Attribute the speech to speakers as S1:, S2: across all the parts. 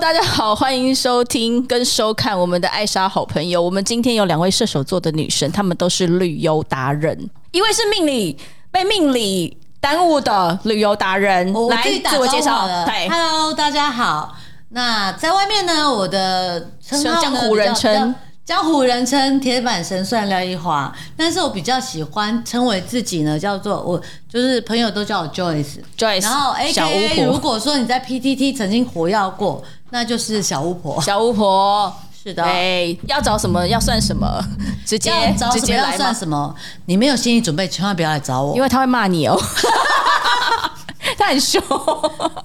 S1: 大家好，欢迎收听跟收看我们的艾莎好朋友。我们今天有两位射手座的女生，她们都是旅游达人，一位是命理被命理耽误的旅游达人，
S2: 我
S1: 来
S2: 自己打
S1: 自我介
S2: 招呼好
S1: 绍
S2: 了。
S1: 对，
S2: ，Hello，大家好。那在外面呢，我的称号呢
S1: 江湖人称。
S2: 比较江湖人称铁板神算廖一华，但是我比较喜欢称为自己呢，叫做我就是朋友都叫我 Joyce，
S1: Joyce，
S2: 然后
S1: 小
S2: AKA
S1: 巫
S2: 如
S1: 婆，
S2: 果说你在 PTT 曾经活跃过，那就是小巫婆。
S1: 小巫婆，
S2: 是的，
S1: 对，要找什么要算什么， 直接
S2: 要找
S1: 直
S2: 什么
S1: 接
S2: 要
S1: 来
S2: 算
S1: 嘛，
S2: 什么，你没有心理准备，千万不要来找我
S1: 因。为她会骂你 哦，她很凶。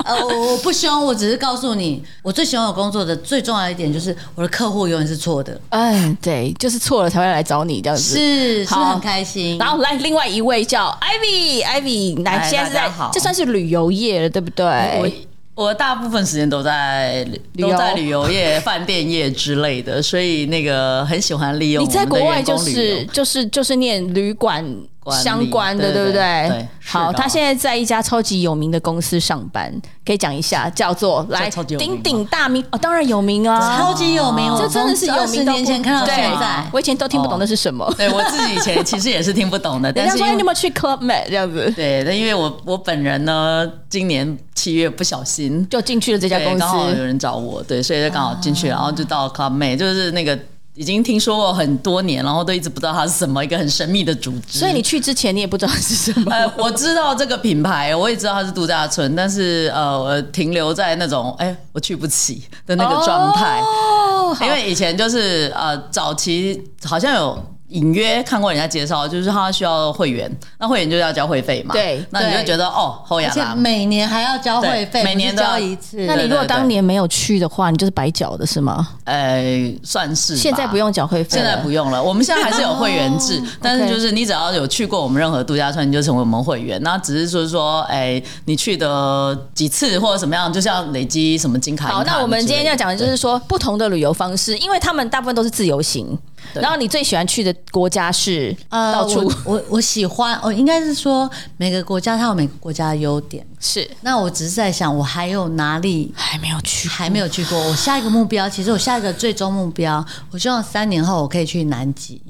S2: 呃，我我不凶，我只是告诉你，我最喜欢我工作的最重要一点就是我的客户永远是错的。
S1: 嗯，对，就是错了才会来找你这样子。
S2: 是，是不是
S1: 好
S2: 很开
S3: 嗯
S2: 心。
S1: 然后来另外一位叫 Ivy，Ivy 来
S3: 嗨
S1: 现在是
S3: 哎大
S1: 在
S3: 家好嗯
S1: 这算是旅游业了，对不
S3: 我
S1: 对？
S3: 我大部分时间都在
S1: 游
S3: 都在旅游业、 饭店业之类的，所以那个很喜欢利用
S1: 你
S3: 我们的
S1: 在国外就
S3: 员工旅游
S1: 是就是就是念旅馆
S3: 管理
S1: 相关的，
S3: 对
S1: 不
S3: 对
S1: 对？
S3: 对是的
S1: 好，他现在在一家超级有名的公司上班，可以讲一下，叫做来
S3: 超级有名吗
S1: 鼎鼎大名哦，当然有名啊，
S2: 超级有名，
S1: 这
S2: 我
S1: 真的是有
S2: 二十
S1: 名到不
S2: 年前看到
S1: 对
S2: 现在，
S1: 我以前都听不懂
S3: 哦
S1: 那是什么。
S3: 对我自己以前其实也是听不 懂的，
S1: 人
S3: 但
S1: 家
S3: 是
S1: 说哎
S3: 因
S1: 你有
S3: 为
S1: 没有去 Club Med 这样子，
S3: 对，但因为我我本人呢，今年七月不小心。
S1: 就进去了这家
S3: 对，
S1: 公
S3: 刚好有
S1: 司。啊
S3: 人找我，对，所以就刚好进去，然后就到 Club m a 就是那个已经听说过很多年，然后都一直不知道它是什么一个很神秘的组织。
S1: 所以你去之前你也不知道是什 么，
S3: 呃，我知道这个品牌，我也知道它是度假村，但是呃，我停留在那种哎、我去不起的那个状态，
S1: 哦，
S3: 因为以前就是呃，早期好像有。隐约看过人家介绍，就是他需要会员，那会员就要交会费嘛。
S1: 对
S3: 那你
S2: 对
S3: 就觉得哦，后
S2: 而
S3: 牙
S2: 且
S3: 啦，
S2: 每年还要交会费，
S3: 对每年
S2: 不
S3: 都
S2: 是
S3: 要
S2: 交一次。
S1: 那你
S3: 对
S1: 如果
S3: 对
S1: 当年没有去的话，你就是白缴的是吗？
S3: 呃，算是吧
S1: 现在不，用缴会费
S3: 现
S1: 了，
S3: 在不用了。我们现在还是有会员 制，但是
S1: 哦 OK
S3: 就是你只要有去过我们任何度假村，你就成为我们会员。那只是说说，哎，你去的几次或者怎么样，就是要累积什么金卡。
S1: 好，
S3: 银卡
S1: 那我们
S3: 之类
S1: 今天要讲的就是说不同的旅游方式，因为他们大部分都是自由行。
S3: 对
S1: 然后你最喜欢去的国家是到处
S2: 呃我我我喜欢，我应该是说每个国家它有每个国家的优点。
S1: 是
S2: 那我只是在想，我还有哪里
S1: 还没有去，
S2: 还没有去过？我下一个目标，其实我下一个最终目标，我希望三年后我可以去南极。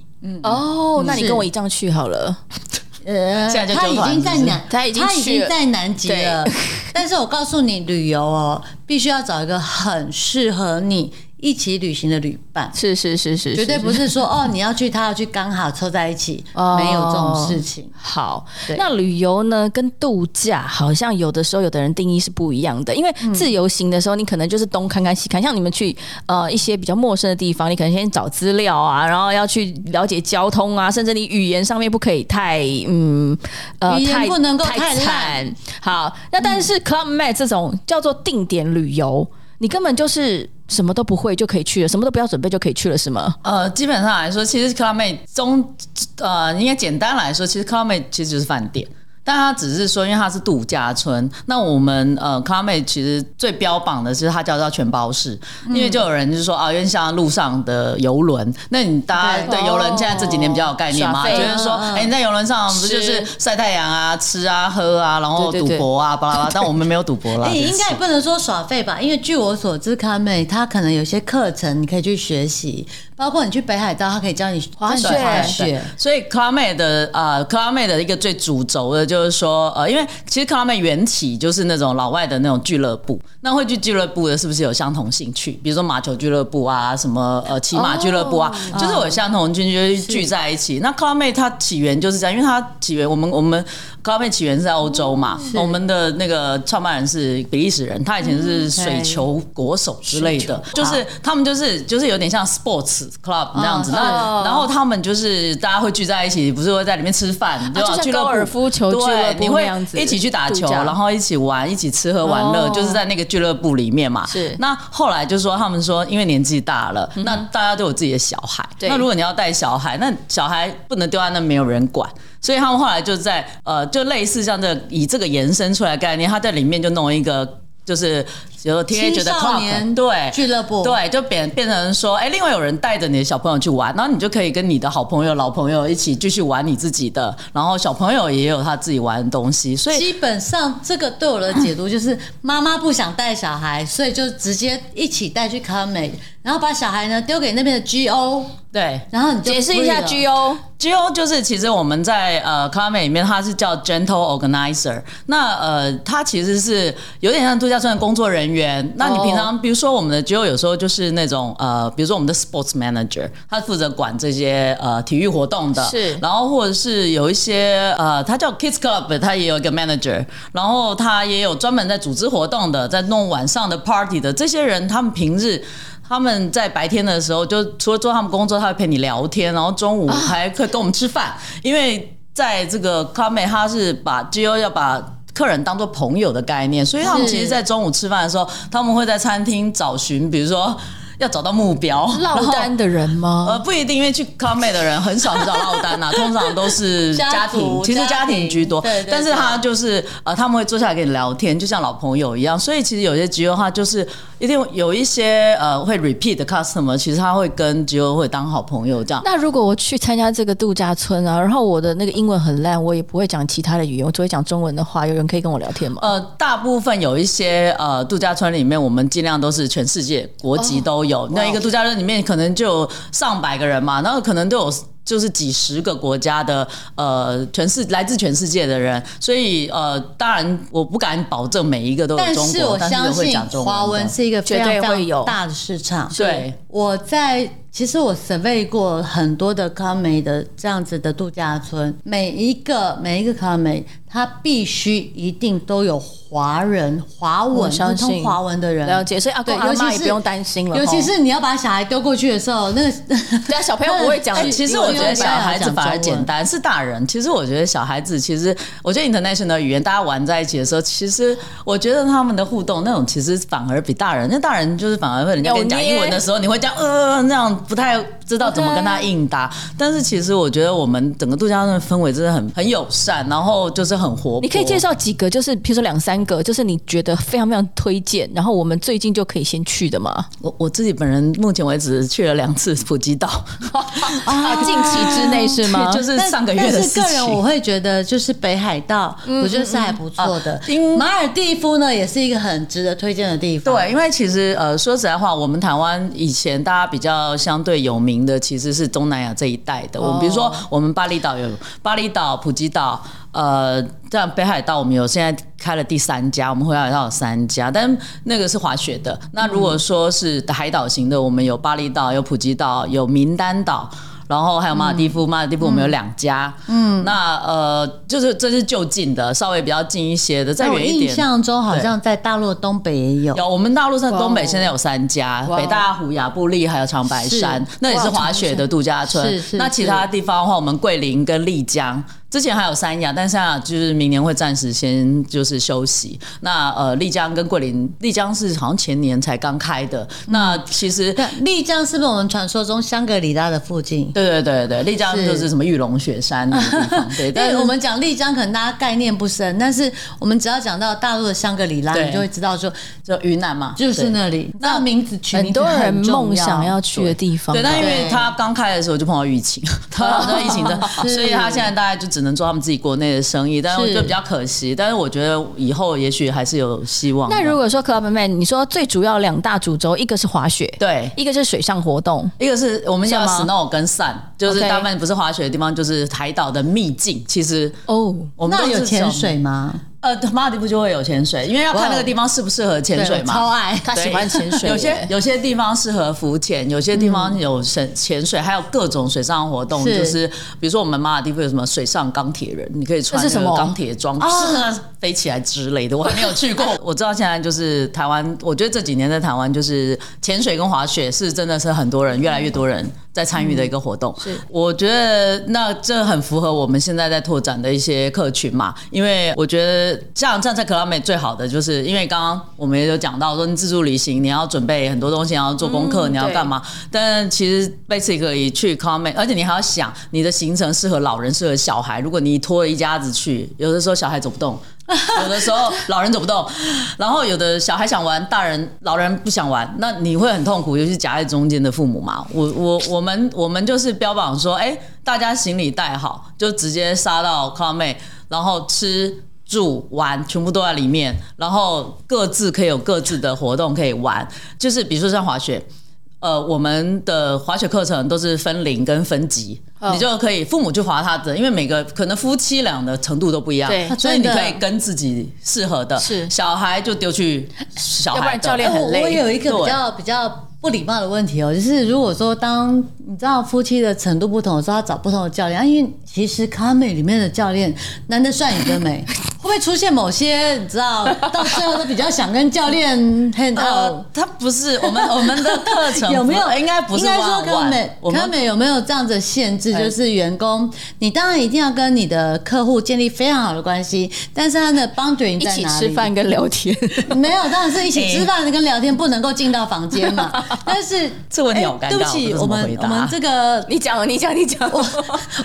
S1: 哦，那你
S2: 是
S1: 跟我一样去好了。
S2: 呃，
S3: 现在就
S2: 他
S3: 纠
S2: 已
S3: 团
S2: 经在
S3: 是不是
S2: 南，
S1: 他已经去了
S2: 在南极了。但是我告诉你，旅游哦，必须要找一个很适合你一起旅行的旅伴。
S1: 是是是是，
S2: 绝对不是说哦，你要去，他要去，刚好凑在一起，
S1: 哦
S2: 没有这种事情。
S1: 好
S2: 对，
S1: 那旅游呢，跟度假好像有的时候有的人定义是不一样的，因为
S2: 嗯
S1: 自由行的时候，你可能就是东看看西看，像你们去呃一些比较陌生的地方，你可能先找资料啊，然后要去了解交通啊，甚至你语言上面不可以太嗯呃
S2: 语言
S1: 太
S2: 不能够
S1: 太
S2: 太烂嗯
S1: 惨。好，那但是 Club Med 这种叫做定点旅游，你根本就是什么都不会就可以去了，什么都不要准备就可以去了，是吗？
S3: 呃，基本上来说，其实 Club Med 中呃，应该简单来说，其实 Club Med 其实就是饭店。但它只是说，因为它是度假村，那我们呃 c l u b m a 其实最标榜的是它叫做全包式，因为就有人就说啊，因为像路上的游轮，那你大家
S2: 对
S3: 对游轮现在这几年比较有概念
S1: 耍
S3: 嘛，
S1: 废
S3: 就是说，
S2: 嗯嗯
S3: 哎、你在游轮上不就
S1: 吃
S3: 是晒太阳啊、吃啊、喝啊，然后
S1: 对
S3: 赌
S1: 对对
S3: 博啊，巴拉巴拉。但我们没有赌博啦，
S2: 哎，
S3: 就是
S2: 应该也不能说耍废吧，因为据我所知，康妹她可能有些课程你可以去学习，包括你去北海道，她可以教你
S1: 滑雪
S2: 教你滑
S3: 对
S2: 雪。
S3: 所以 c l a m a 的呃 c l a m a 的一个最主轴的就是说，呃，因为其实 c l a m a 缘起就是那种老外的那种俱乐部，那会去俱乐部的是不是有相同兴趣？比如说马球俱乐部啊，什么呃骑马俱乐部啊，就是有相同兴趣就是聚在一起。那 c l a m a 它起源就是这样，因为它起源我们我们 c l a m a 起源是在欧洲嘛，我们的那个创办人是比利时人，他以前是水球国手之类的，就是他们就是就是有点像 sports club 那样子。
S2: 嗯
S3: 那然后他们就是大家会聚在一起，不是会在里面吃饭，对吧
S1: 啊就像
S3: 俱乐部
S1: 高尔夫球
S3: 对
S1: 俱乐部
S3: 你会
S1: 那样子
S3: 一起去打球，
S1: 度假
S3: 然后一起玩，一起吃喝玩乐，
S1: 哦
S3: 就是在那个俱乐部里面嘛。
S1: 是嗯
S3: 那后来就说他们说，因为年纪大了，那大家都有自己的小孩，
S1: 对
S3: 那如果你要带小孩，那小孩不能丢在那没有人管。所以他们后来就在呃，就类似像这以这个延伸出来的概念，他在里面就弄一个就是有天天觉得
S2: 青
S3: club
S2: 少年
S3: 对
S2: 俱乐部
S3: 对，就变变成说，哎，另外有人带着你的小朋友去玩，然后你就可以跟你的好朋友、老朋友一起继续玩你自己的，然后小朋友也有他自己玩的东西，所以
S2: 基本上这个对我的解读就是，妈妈不想带小孩，所以就直接一起带去康美，然后把小孩呢丢给那边的 GO，
S3: 对。
S2: 然后你就
S1: 解释一下
S2: free 了
S1: G O，
S3: G O 就是其实我们在呃 c l a m 里面，它是叫 Gentle Organizer。那呃，它其实是有点像度假村的工作人员。那你平常、比如说我们的 G O 有时候就是那种呃，比如说我们的 Sports Manager，他负责管这些呃体育活动的。
S1: 是
S3: 然后或者是有一些呃，他叫 Kids Club，他也有一个 Manager，然后他也有专门在组织活动的，在弄晚上的 Party 的这些人，他们平日。他们在白天的时候，就除了做他们工作，他会陪你聊天，然后中午还可以跟我们吃饭，因为在这个 c o m e 他是把 GO 要把客人当做朋友的概念，所以他们
S2: 是
S3: 其实，在中午吃饭的时候，他们会在餐厅找寻，比如说要找到目标， 然
S1: 落
S3: 后
S1: 单的人
S3: 呃，
S1: 吗？
S3: 不一定，因为去 c o m e 的人很少找落单呐、啊通常都是
S2: 家
S3: 家庭
S2: 族，
S3: 其实
S2: 家
S3: 家
S2: 庭
S3: 庭居多。
S2: 对对
S3: 但是
S2: 对
S3: 他就是呃，他们会坐下来跟你聊天，就像老朋友一样。所以其实有些 GO 他就是一定有一些呃会 repeat 的 customer，其实他会跟 GO 会当好朋友这样。
S1: 那如果我去参加这个度假村啊，然后我的那个英文很烂，我也不会讲其他的语言，我只会讲中文的话，有人可以跟我聊天吗？
S3: 呃，大部分有一些呃度假村里面，我们尽量都是全世界国
S2: 哦
S3: 籍都有。那一个度假村里面可能就有上百个人嘛，然后可能都有。就是几十个国家的呃，全世来自全世界的人，所以呃，当然我不敢保证每一个都有
S2: 但
S3: 中
S2: 是
S3: 国，
S2: 我
S3: 但
S2: 相
S3: 是会
S2: 信
S3: 讲中
S2: 华
S3: 文
S2: 文
S3: 的。
S2: 是一个非常
S1: 绝对会
S2: 非
S1: 有
S2: 常大的市场。
S3: 对，
S2: 我在其实我 survey 过很多的康美的这样子的度假村，每一个每一个康美，它必须一定都有华人、华
S1: 我
S2: 文、
S1: 相
S2: 不
S1: 信
S2: 通华文的人。
S1: 了解，所以阿公
S2: 嗯对
S1: 阿
S2: 尤其
S1: 妈也
S2: 是
S1: 不用担心了。
S2: 尤其
S1: 吼
S2: 是你要把小孩丢过去的时候，那个
S1: 对啊，小朋友不会讲
S3: 哎、
S1: 语，
S3: 其实我觉得小孩子反而
S2: 因为我
S3: 简
S2: 们
S3: 单，是大人。其实我觉得小孩子，其实我觉得 international 的语言，大家玩在一起的时候，其实我觉得他们的互动那种，其实反而比大人，那大人就是反而会人家
S1: 有
S3: 跟你讲
S1: 捏
S3: 英文的时候，你会这样呃那样，不太知道怎么跟他应答。但是其实我觉得我们整个度假村的氛围真的很很友善，然后就是很活泼。
S1: 你可以介绍几个，就是譬如说两三个，就是你觉得非常非常推荐，然后我们最近就可以先去的嘛？
S3: 我我自己本人目前为止去了两次普吉岛，
S1: 啊，近期之内是吗？
S3: 就
S1: 就是
S3: 是
S2: 但
S3: 上个月的
S2: 但
S3: 事
S2: 是
S3: 情。
S2: 个人我会觉得，就是北海道，我觉得是还不错的。马尔蒂夫呢，也是一个很值得推荐的地方。
S3: 对，因为其实呃，说实在话，我们台湾以前大家比较相对有名的其实是东南亚这一带的。我们比如说，
S2: 哦
S3: 我们巴厘岛有巴厘岛、普吉岛，呃，像北海道我们有现在开了第三家，我们回海道有三家，但那个是滑雪的。那
S2: 嗯
S3: 如果说是海岛型的，我们有巴厘岛、有普吉岛、有名丹岛。然后还有马尔蒂
S2: 嗯
S3: 夫，马尔蒂夫我们有两家，嗯，那呃，就是这是就近的，稍微比较近一些的，再
S2: 在我
S3: 远一
S2: 印
S3: 点。
S2: 象中，好像在大陆的东北也有。
S3: 有，我们大陆上
S1: 哇哦
S3: 东北现在有三家，
S1: 哇哦
S3: 北大湖、雅布利还有长白山
S2: 是，
S3: 那也是滑雪的度假村。
S2: 是是
S3: 那其他地方的话，我们桂林跟丽江。之前还有三亚，但三亚就是明年会暂时先就是休息。那呃，丽江跟桂林，丽江是好像前年才刚开的。那其实
S2: 对，丽江是不是我们传说中香格里拉的附近？
S3: 对对对对，丽江
S2: 是嗯
S3: 就是什么玉龙雪山那个地方， 对。
S2: 但
S3: 但是
S2: 是我们讲丽江，可能大家概念不深，但是我们只要讲到大陆的香格里拉，
S3: 对
S2: 你就会知道说
S3: 就云南嘛，
S2: 就是
S3: 对
S2: 那里。那名字取
S1: 很
S2: 名字
S1: 多人
S2: 很重
S1: 梦想要
S2: 要
S1: 去的地方
S3: 对，
S1: 吧。
S3: 但因为
S2: 对
S3: 他刚开的时候就碰到疫情， 他碰到疫情 的，
S2: 哦是
S3: 所以他现在大概就只能做他们自己国内的生意，但是
S2: 是
S3: 就比较可惜。但是我觉得以后也许还是有希望的。
S1: 那如果说 Club Man，你说最主要两大主轴，一个是滑雪，
S3: 对。
S1: 一个就是水上活动。
S3: 一个是我们叫
S1: 是
S3: snow 跟 sun，就是
S1: OK
S3: 大部分不是滑雪的地方，就是海岛的秘境。其实
S1: 哦，
S3: 我们
S2: 那
S3: 都
S2: 有
S3: 是
S2: 潜
S3: 走，
S2: 水吗？
S3: 呃，马尔地夫就会有潜水，因为要
S2: 哇
S3: 看
S2: 哦
S3: 那个地方适不适合潜水
S2: 对我
S3: 嘛。
S2: 超爱。
S1: 他喜欢潜水耶，嗯
S3: 有些有些地方适合浮潜，有些地方有潜潜水，还有各种水上活动，
S2: 是
S3: 就是比如说我们马尔地夫有什么水上钢铁人，你可以穿
S1: 这是什
S3: 那个
S1: 么
S3: 钢铁装，是那个飞起来之类的，我还没有去过。我知道现在就是台湾，我觉得这几年在台湾就是潜水跟滑雪是真的是很多人，越来越多人在参与的一个活动。
S1: 是
S3: 我觉得那这很符合我们现在在拓展的一些客群嘛，因为我觉得像站在克拉美最好的就是，因为刚刚我们也有讲到说，你自助旅行你要准备很多东西，你要做功课，
S1: 嗯
S3: 你要
S1: 对
S3: 干嘛？但其实 basically 去 c o m m e n 而且你还要想你的行程适合老人，适合小孩。如果你拖了一家子去，有的时候小孩走不动，有的时候老人走不动，然后有的小孩想玩，大人老人不想玩，那你会很痛苦，尤其夹在中间的父母嘛。我我我们我们就是标榜说，哎、大家行李带好，就直接杀到 c o m e 然后吃。住玩全部都在里面，然后各自可以有各自的活动可以玩，就是比如说像滑雪，呃，我们的滑雪课程都是分龄跟分级，
S1: 哦
S3: 你就可以父母去滑他的，因为每个可能夫妻俩的程度都不一样
S1: 对，
S3: 所以你
S2: 真的
S3: 可以跟自己适合的，
S1: 是
S3: 小孩就丢去小
S1: 要不
S3: 孩
S1: 然
S3: 的
S1: 教练很累
S2: 哦我有一个
S3: 对
S2: 比较比较不礼貌的问题哦，就是如果说当你知道夫妻的程度不同的时候，要找不同的教练，啊、因为其实咖美里面的教练男的帅，女的 美，会不会出现某些你知道到最后都比较想跟教 练 hand
S3: 呃
S2: out？，
S3: 他不是 我们我们的课程
S2: 有没有
S3: 不？呃应该不是
S2: 应该说
S3: one on
S2: 咖
S3: one，
S2: 美
S3: 我
S2: 咖
S3: 们
S2: 美有没有这样子的限制？
S3: 哎
S2: 就是员工，你当然一定要跟你的客户建立非常好的关系，但是他的 boundary
S1: 一
S2: 在
S1: 起
S2: 哪里？
S1: 吃饭跟聊天，
S2: 没有，当然是一起吃饭跟聊天，不能够进到房间 嘛。但是
S3: 这个问题
S2: 哎
S3: 好尴尬
S2: 对不起，我
S3: 我不知道怎么
S2: 们
S3: 回答
S2: 我们这个
S1: 你讲，你讲，你讲，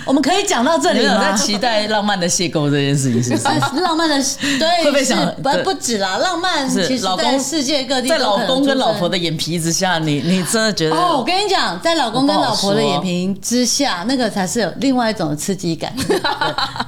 S2: 我们可以讲到这
S3: 你
S2: 里
S3: 有在
S2: 吗？
S3: 期待浪漫的邂逅这件事情，是不是？
S2: 但是浪漫的对，
S3: 会不会
S2: 是
S3: 想对
S2: 不不止啦，浪漫
S3: 是
S2: 其实
S3: 老
S2: 在
S3: 公
S2: 世界各地
S3: 在
S2: 都
S3: 老
S2: 可能
S3: 公跟
S2: 出
S3: 老
S2: 现
S3: 婆的眼皮之下，你你真的觉得
S2: 哦，我跟你讲，在老公跟
S3: 我不好
S2: 老婆的
S3: 说
S2: 眼皮之下，那个才是有另外一种刺激 感。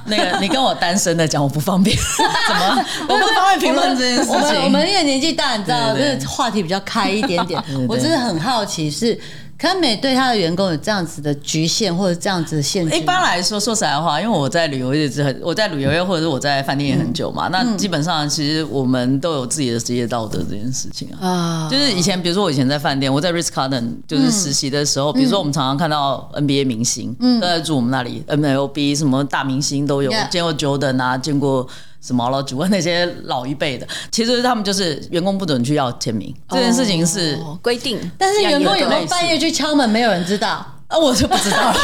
S3: 那个，你跟我单身的讲，我不方 便，怎么了？我不方便评论这件事
S2: 我们我
S3: 情。
S2: 们因为年纪大，你知道，
S3: 对对对
S2: 这个话题比较开一点点
S3: 对。
S2: 我只是很好奇，是康美对他的员工有这样子的局限或者这样子的限制
S3: 一
S2: 吗？
S3: 般来说，说实在话，因为我在旅游业是很，我在旅游业或者是我在饭店也很久嘛，
S2: 嗯
S3: 那基本上其实我们都有自己的职业道德这件事情啊。
S1: 啊，
S3: 就是以前，比如说我以前在饭店，我在 Ritz Carlton 就是实习的时候，
S1: 嗯
S3: 比如说我们常常看到 NBA 明星、都在住我们那里，MLB 什么大明星都有
S2: Yeah
S3: 见过 Jordan 啊，见过什么老主啊那些老一辈的，其实他们就是员工不准去要签名，这件事情是
S1: 哦规定，
S2: 但是员工有没
S1: 类
S2: 有
S1: 似
S2: 半夜去敲门，没有人知道。
S3: 啊，我就不知道了，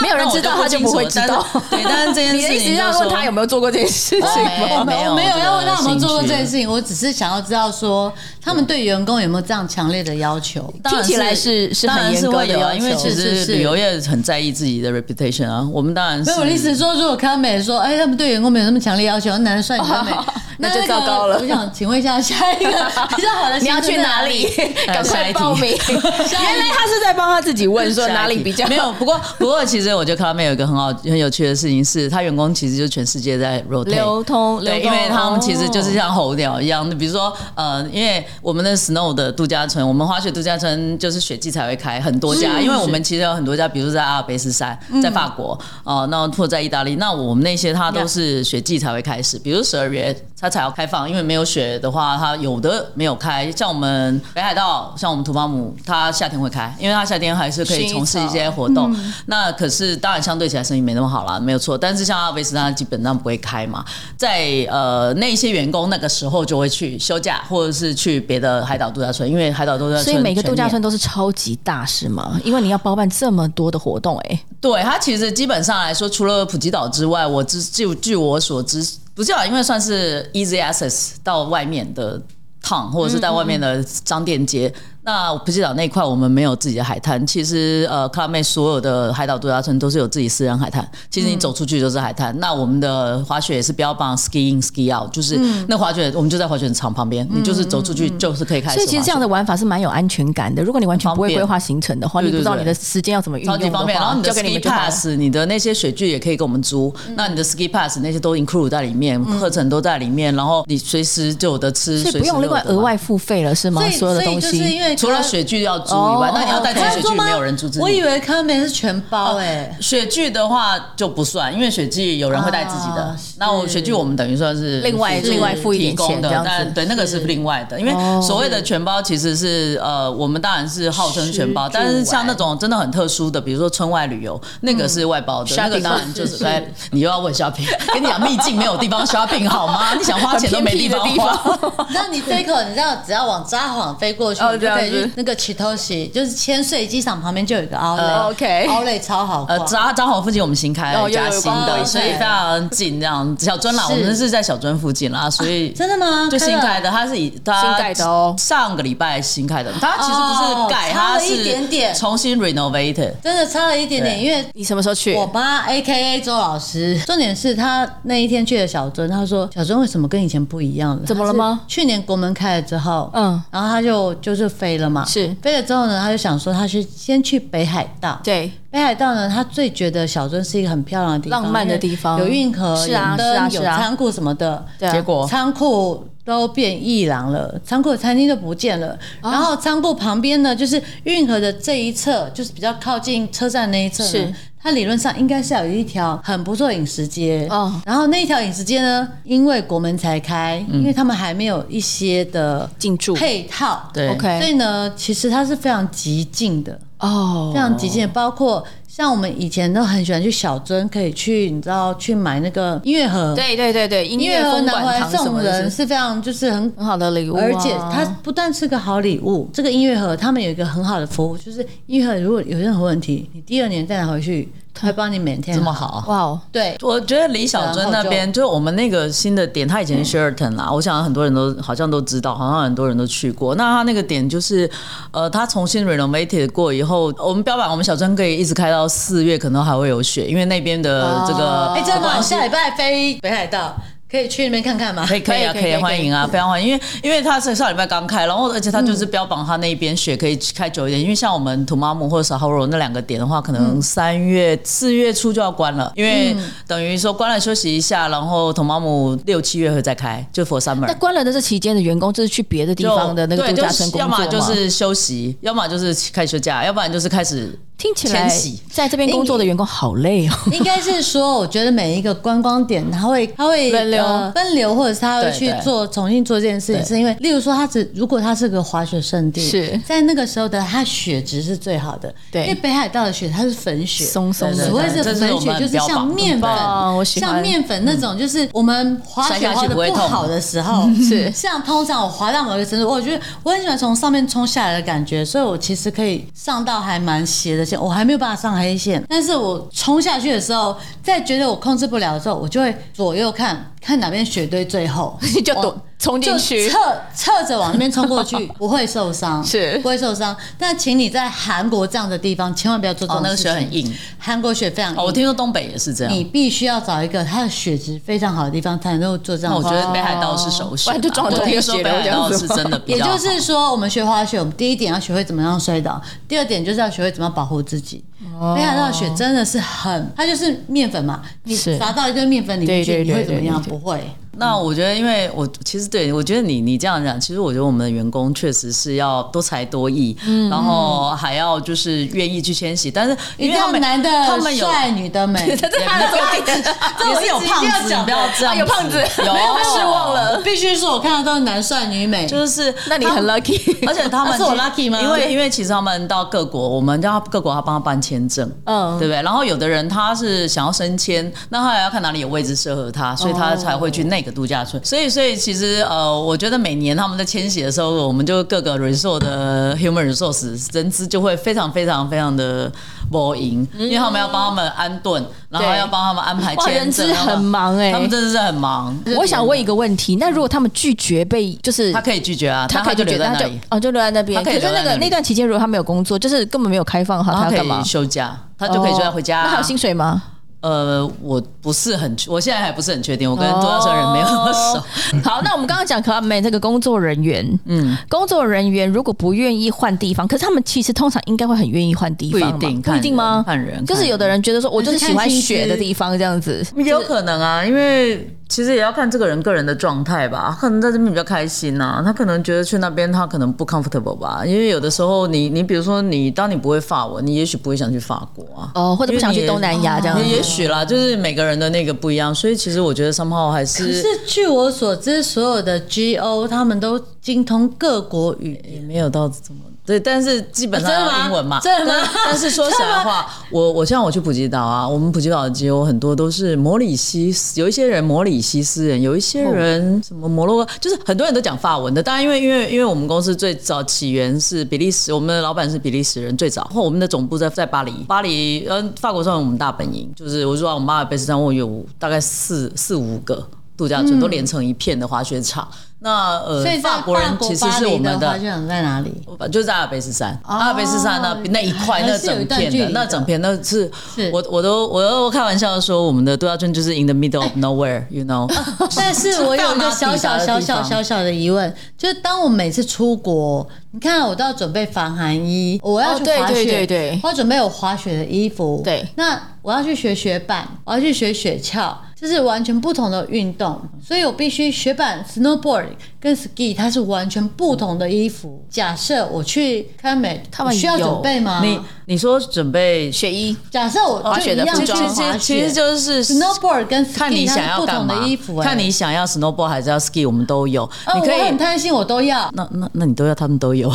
S1: 没 有人知道，
S3: 那我
S1: 他就
S3: 就
S1: 不
S3: 不
S1: 会
S3: 清
S1: 知
S3: 楚
S1: 道。
S3: 但是对但是这件
S1: 你的意
S3: 事
S1: 思
S3: 情
S1: 是哦
S3: 就
S1: 要
S3: 是
S1: 问
S3: 说
S1: 他有没有做过这件事情？
S2: 我哦没有没有要问他有没有做过这件
S3: 件
S2: 事情，我只是想要知道说他们对员工有没有这样强烈的要求。
S3: 当然
S1: 听起来是是
S3: 当
S1: 很
S3: 然
S1: 严
S3: 是
S1: 格
S3: 会
S1: 的
S3: 有
S1: 要
S3: 啊，
S1: 求，
S3: 因为其
S2: 是是
S3: 实
S2: 是
S3: 旅游业很在意自己的 reputation 啊，我们当然是
S2: 没有，我的意思是说，如果康美说，哎，他们对员工没有那么强烈要求，那男的帅女的美，
S1: 那
S2: 那
S1: 就
S2: 那个
S1: 糟糕了
S2: 我想请问一下，下 一个比较好的
S1: 你要去哪里？ 赶
S3: 下
S1: 快
S3: 一题
S1: 报名！原来他是在帮他自己问，说哪里比较
S3: 没有，不过不过，其实我觉得 Club 有一个很好很有趣的事情是，他员工其实就全世界在 rotate
S1: 流通
S3: 对，
S1: 流
S3: 因
S1: 动
S3: 为他们其实就是
S1: 哦
S3: 像候鸟一样，比如说呃，因为我们的 Snow 的度假村，我们滑雪度假村就是雪季才会开很多家，
S1: 嗯
S3: 因为我们其实有很多家，比如说在阿尔卑斯山，在法国
S1: 嗯
S3: 哦，那或者在意大利，那我们那些它都是雪季才会开始，比如十二月它才要开放，因为没有雪的话，它有的没有开，像我们北海道，像我们土巴姆，它夏天会开，因为它夏天还是可
S1: 薰
S3: 以
S1: 衣
S3: 从事一
S1: 草
S3: 些活动。
S1: 哦嗯
S3: 那可是当然相对起来生意没那么好啦，没有错。但是像阿尔卑斯山它基本上不会开嘛，在呃那些员工那个时候就会去休假，或者是去别的海岛度假村，因为海岛度假村
S1: 所以每个
S3: 全
S1: 度假
S3: 年
S1: 村都是超级大，是 吗？因为你要包办这么多的活动、哎，
S3: 对它其实基本上来说，除了普吉岛之外，我知就据我所知，普吉岛因为算是 easy access 到外面的 town 或者是到外面的商店街。
S1: 嗯
S3: 那普吉岛那一块我们没有自己的海滩，其实呃，克拉妹所有的海岛度假村都是有自己私人海滩。其
S1: 嗯
S3: 实你走出去就是海滩。那我们的滑雪也是标榜 ski in ski out，就是
S1: 嗯
S3: 那滑雪我们就在滑雪场旁边，你就是走出去就是可以开始滑雪。
S1: 所以其实这样的玩法是蛮有安全感的。如果你完全不会
S3: 方便
S1: 规划行程的话，
S3: 对对
S1: 你不知道
S3: 对
S1: 你的时间要怎么运
S3: 超
S1: 用
S3: 级
S1: 的
S3: 方便。然后
S1: 话，
S3: 你的
S1: 交给你
S3: ski
S1: 们嗯就好了。
S3: pass，你的那些雪具也可以给我们租。那你的 ski pass 那些都 include 在里面，课程都在里面，然后你随时就有的吃，
S1: 嗯所以不用另外额。外付费了，是吗
S2: 所？以
S1: 所有的东
S2: 所以就是
S1: 西
S2: 因为
S3: 除了雪具要租以外
S1: 哦，
S3: 那你要带自己
S2: 他
S3: 雪具，
S2: 吗
S3: 没有人租自己。
S2: 我以为康美是全包哎，
S3: 雪具的话就不算，因为雪具有人会带自己的
S2: 啊是。
S3: 那我雪具我们等于算是
S1: 另外
S3: 附
S1: 另外付一点
S3: 提供
S1: 钱
S3: 的
S1: 这样，子哦
S3: 但对那个是另外的，因为所谓的全包其实是呃，我们当然是号称全包，
S2: 吃住
S3: 但是像那种真的很特殊的，比如说村外旅游，那个是外包的，
S1: Shopping
S3: 那个当然就是是
S1: 是
S3: 哎，你又要问 shopping，跟你 讲秘境没有地方 shopping 好 吗？你想花钱都没地方
S1: 很偏僻的地
S3: 花。
S2: 那你飞口，你知道，只要往札幌飞过去，
S1: 哦
S2: 你就
S1: 对啊样
S2: 对，就
S1: 子
S2: 是。那个起头喜，就是千岁机场旁边就有一个
S1: 呃
S2: outlet，outlet、
S1: OK
S2: outlet 超好
S3: 呃
S2: 逛，，
S3: 彰彰化附近我们新开
S1: 哦
S3: 了一家
S1: 有有
S3: 新的，
S2: 有
S3: 所以非常近这样。小樽啦，
S2: 是
S3: 我们是在小樽附近啦，所以
S2: 真的吗？
S3: 就新
S2: 开
S3: 开
S2: 了
S3: 的，它是以它
S1: 新盖的哦
S3: 上个礼拜新开的，它其实不
S2: 哦
S3: 是盖，
S2: 差了
S3: 它
S2: 一点点
S3: 是重新 renovated。
S2: 真的差了一点点，
S3: 对
S2: 因为
S1: 你什么时候去？
S2: 我妈 A K A 周老师，重点是她那一天去了小樽，她说小樽为什么跟以前不一样了？
S1: 怎么了吗？
S2: 去年国门开了之后，
S1: 嗯，
S2: 然后她就就是飞了嘛，
S1: 是
S2: 飞了之后呢，她就想说她去先去北海道。
S1: 对，
S2: 北海道呢，她最觉得小樽是一个很漂亮的地方，
S1: 浪漫的地方
S2: 因为有运河、
S1: 是啊
S2: 有
S1: 是啊
S2: 灯、
S1: 是
S2: 有
S1: 啊
S2: 仓库什么的。
S1: 对啊
S3: 结果
S2: 仓库都变一廊了，仓库的餐厅都不见了。
S1: 哦
S2: 然后仓库旁边呢，就是运河的这一侧，就是比较靠近车站那一侧呢，
S1: 是
S2: 它理论上应该是要有一条很不错的饮食街。
S1: 哦嗯
S2: 然后那一条饮食街呢，因为国门才开，因为他们还没有一些的
S1: 进驻
S2: 配套，
S3: 对
S1: OK
S2: 所以呢，其实它是非常激进的。
S1: 哦
S2: 非，常极限，包括像我们以前都很喜欢去小樽，可以去你知道去买那个音乐盒，，
S1: 对对对对，音
S2: 音乐
S1: 乐
S2: 盒
S1: 风
S2: 拿回
S1: 管
S2: 来
S1: 堂什
S2: 送
S1: 么的
S2: 人
S1: 是，
S2: 是非常就是很。
S1: 很好的礼物、啊，
S2: 而且它不但是个好礼物，这个音乐盒他们有一个很好的服务，就是音乐盒如果有任何问题，你第二年再拿回去，他会帮你每天
S3: 这么好，
S1: 哇哦，
S2: 对
S3: 我觉得李小尊那边，就是我们那个新的点，它以前是
S2: 嗯
S3: Sheraton 啦，我想很多人都好像都知道，好像很多人都去过。那它那个点就是，呃，它重新 renovated 过以后，我们标榜我们小尊可以一直开到四月，可能还会有雪，因为那边的这个
S2: 哎、真的吗，
S3: 关
S2: 我
S3: 系
S2: 下礼拜飞北海道，可以去那边看看吗？
S3: 可以可以啊，
S1: 可
S3: 可
S1: 以可以
S3: 以
S1: 可以嗯
S3: 欢迎啊，非常欢迎，因为因为他是上礼拜刚开，然后而且他就是标榜他那边雪可以开久一点，因为像我们土妈姆或者是 h o r o 那两个点的话，可能
S1: 嗯
S3: 三月四月初就要关了，因为等于说关了休息一下，然后土妈姆六七月会再开，就 for summer
S1: 那。关了的这期间的员工，就是去别的地
S3: 就
S1: 方的那个
S3: 对
S1: 度假
S3: 就是
S1: 村工作
S3: 要么就
S1: 吗
S3: 是休息，要么就是开休假，要不然就是开始
S1: 听起来
S3: 迁徙
S1: 在这边工作的员工好累哦。
S2: 应该是说，我觉得每一个观光点，他 会他会
S1: 分流
S2: 呃分流，或者是他会
S3: 对
S2: 去
S3: 对
S2: 做重新做这件事情，
S3: 对
S2: 是因为，例如说，他只如果他是个滑雪圣地，
S1: 是
S2: 在那个时候的它雪质是最好的，
S1: 对
S2: 因为北海道的雪它是粉雪，
S1: 松松的
S2: 所谓
S3: 对对
S2: 的
S3: 对
S2: 粉
S3: 这是我
S2: 雪
S3: 们
S2: 就是
S3: 标
S2: 像
S3: 榜
S2: 面粉
S1: 嗯我，喜欢
S2: 像面粉那种，就是我们滑雪滑的不好的时 候，
S1: 是，
S2: 像通常我滑到某一个程度，我觉得我很喜欢从上面冲下来的感觉，所以我其实可以上到还蛮斜的线，我还没有办法上黑线，但是我冲下去的时候，在觉得我控制不了的时候，我就会左右看看哪边雪堆最 厚
S1: 就躲
S2: 往
S1: 冲进去
S2: 就侧侧着往那边冲过 去，不会受伤，
S1: 是
S2: 不会受伤。但请你在韩国这样的地方千万不要做这
S3: 哦
S2: 种
S3: 那个
S2: 事情，
S3: 雪很硬，
S2: 韩国雪非常硬。
S3: 哦，我听说东北也是这
S1: 嗯
S3: 样
S2: 你，必须要找一个它的血质非常好的地方，才能够做这样的
S3: 那哦我
S2: 事
S3: 觉
S2: 情。
S3: 得北海道是首
S1: 不
S3: 选啊，
S1: 然哦就撞到
S3: 我
S1: 那个
S3: 听
S1: 雪
S3: 说
S1: 了
S3: 北海
S1: 这样
S3: 道
S1: 子
S3: 是
S1: 吗
S3: 真的比
S2: 也
S3: 较好，
S2: 就是说，我们学滑雪，我们第一点要学会怎么样摔倒，第二点就是要学会怎么保护自己。
S3: 哦
S2: 北海道的雪真的是很，它就是面粉嘛，你
S1: 是
S2: 砸到一堆面粉里
S1: 对
S2: 面
S1: 对
S2: 去，你
S1: 对
S2: 会怎么
S1: 对
S2: 样？
S1: 对
S2: 不会。
S3: 那
S1: 嗯
S3: 我觉得，因为我其实对我觉得你你这样讲，其实我觉得我们的员工确实是要多才多艺，
S1: 嗯
S3: 然后还要就是愿意去迁徙，但是
S2: 一定
S3: 因为他
S2: 要
S3: 们
S2: 男
S3: 他
S2: 的
S3: 们有。
S2: 帅，女 的美。
S1: 这是他的重点，
S3: 也是有胖子，你不要这
S1: 啊
S3: 样子，
S1: 有胖子
S3: 有
S1: 没有他失望了
S2: 必须说，我看到都是男帅女美，
S3: 就是
S1: 那你
S3: 他
S1: 很 lucky。
S3: 而且他们
S2: 啊是我 lucky 吗
S3: 因为因为其实他们到各国，我们叫他各国，他帮他办签证，
S1: 嗯
S3: 嗯，对不对？然后有的人他是想要升迁，那他也要看哪里有位置适合他，所以他才会去那个度假村。所以所以其实呃，我觉得每年他们在迁徙的时候，我们就各个 resort 的 human resource 人资就会非常非常非常的波赢，因为他们要帮他们安顿，然后
S1: 对
S3: 要帮他们安排
S1: 哇人
S3: 签
S1: 资
S3: 证，然后
S1: 很忙欸
S3: 他们真的是很忙。
S1: 我想问一个问题，那如果他们拒绝被，就是
S3: 他可以拒绝啊，
S1: 他可以
S3: 但就
S1: 拒绝，
S3: 留在
S1: 那
S3: 那
S1: 就
S3: 里，
S1: 哦就留在那边。
S3: 他
S1: 可
S3: 可以
S1: 是
S3: 留在
S1: 那个
S3: 那里
S1: 那段期间，如果他没有工作，就是根本没有开放的话，
S3: 他
S1: 他
S3: 可
S1: 要干嘛哦
S3: 以？休假，他就可以就要回家啊。
S1: 那还有薪水吗？
S3: 呃，我不是很确，我现在还不是很确定，我跟嗯多少人没有那么熟。
S1: 哦好，那我们刚刚讲 Club Med 这个工作人员，嗯，工作人员如果不愿意换地方，可是他们其实通常应该会很愿意换地
S3: 不
S1: 方
S3: 一
S1: 嘛，
S3: 定，
S1: 不一定吗？
S3: 看人，
S1: 就是有的人觉得说，我就是喜欢雪的地方这样子，
S3: 也有可能啊，因为其实也要看这个人个人的状态吧。可能在这边比较开心呐、他可能觉得去那边他可能不 comfortable 吧，因为有的时候你你比如说你当你不会法文，你也许不会想去法国啊。
S1: 哦，或者不想去东南亚这样
S3: 也哦也
S1: 子。
S3: 许啦，就是每个人的那个不一样，所以其实我觉得 somehow 还
S2: 可
S3: 是
S2: 是据我所知，所有的 GO 他们都精通各国语言，
S3: 也没有到这么对，但是基本上
S2: 啊真的
S3: 要
S2: 吗
S3: 英文嘛，
S2: 真的吗
S3: 但但是说实在话，我我像我去普吉岛啊，我们普吉岛基友很多都是摩里西斯，有一些人摩里西斯人，有一些人什么摩洛哥，就是很多人都讲法文的。当然，因为因为因为我们公司最早起源是比利时，我们的老板是比利时人，最早，然后我们的总部在在巴黎，巴黎，嗯、法国算我们大本营，就是我说啊我们阿尔卑斯山，我有大概四四五个。度假村都连成一片的滑雪场，那
S2: 嗯
S3: 呃
S2: 所以，在
S3: 法国人其实
S2: 法国
S3: 是
S2: 巴
S3: 我
S2: 黎
S3: 们
S2: 的
S3: 的
S2: 滑雪场在哪里？
S3: 我把就是在阿尔卑斯山，阿尔卑斯山那那一块那
S2: 哦还是有一
S3: 整
S2: 段
S3: 片
S2: 距
S3: 的
S2: 离的
S3: 那整片那是
S2: 是。
S3: 我我都我都开玩笑说我们的度假村就是 in the middle of nowhere，you know
S2: 但是我有一个小小小小小小的疑问，就是当我每次出国，你看啊我都要准备防寒衣，我要去
S1: 哦对
S2: 滑雪，
S1: 对对对
S2: 我要准备有滑雪的衣服，
S1: 对
S2: 那我要去学雪板，我要去学雪橇，这是完全不同的运动，所以我必须雪板 snowboard 跟 ski 它是完全不同的衣服。假设我去看美，
S1: 他们
S2: 我需要
S1: 有
S2: 准备吗？
S3: 你你说准备
S1: 雪衣
S2: 假设我
S1: 滑
S2: 就
S1: 雪
S2: 一
S1: 的
S2: 样
S1: 服
S2: 去
S1: 装
S3: 其
S2: 滑
S3: 实其
S2: 雪
S3: 实就是
S2: ，snowboard 跟 ski
S3: 看你想
S2: 它是
S3: 要
S2: 不
S3: 干
S2: 同
S3: 嘛
S2: 的衣服、欸，
S3: 看你想要 snowboard 还是要 ski，我们都有。
S2: 啊，
S3: 你可
S2: 我
S3: 以
S2: 很贪心，我都要。
S3: 那那那你都要，他们都有。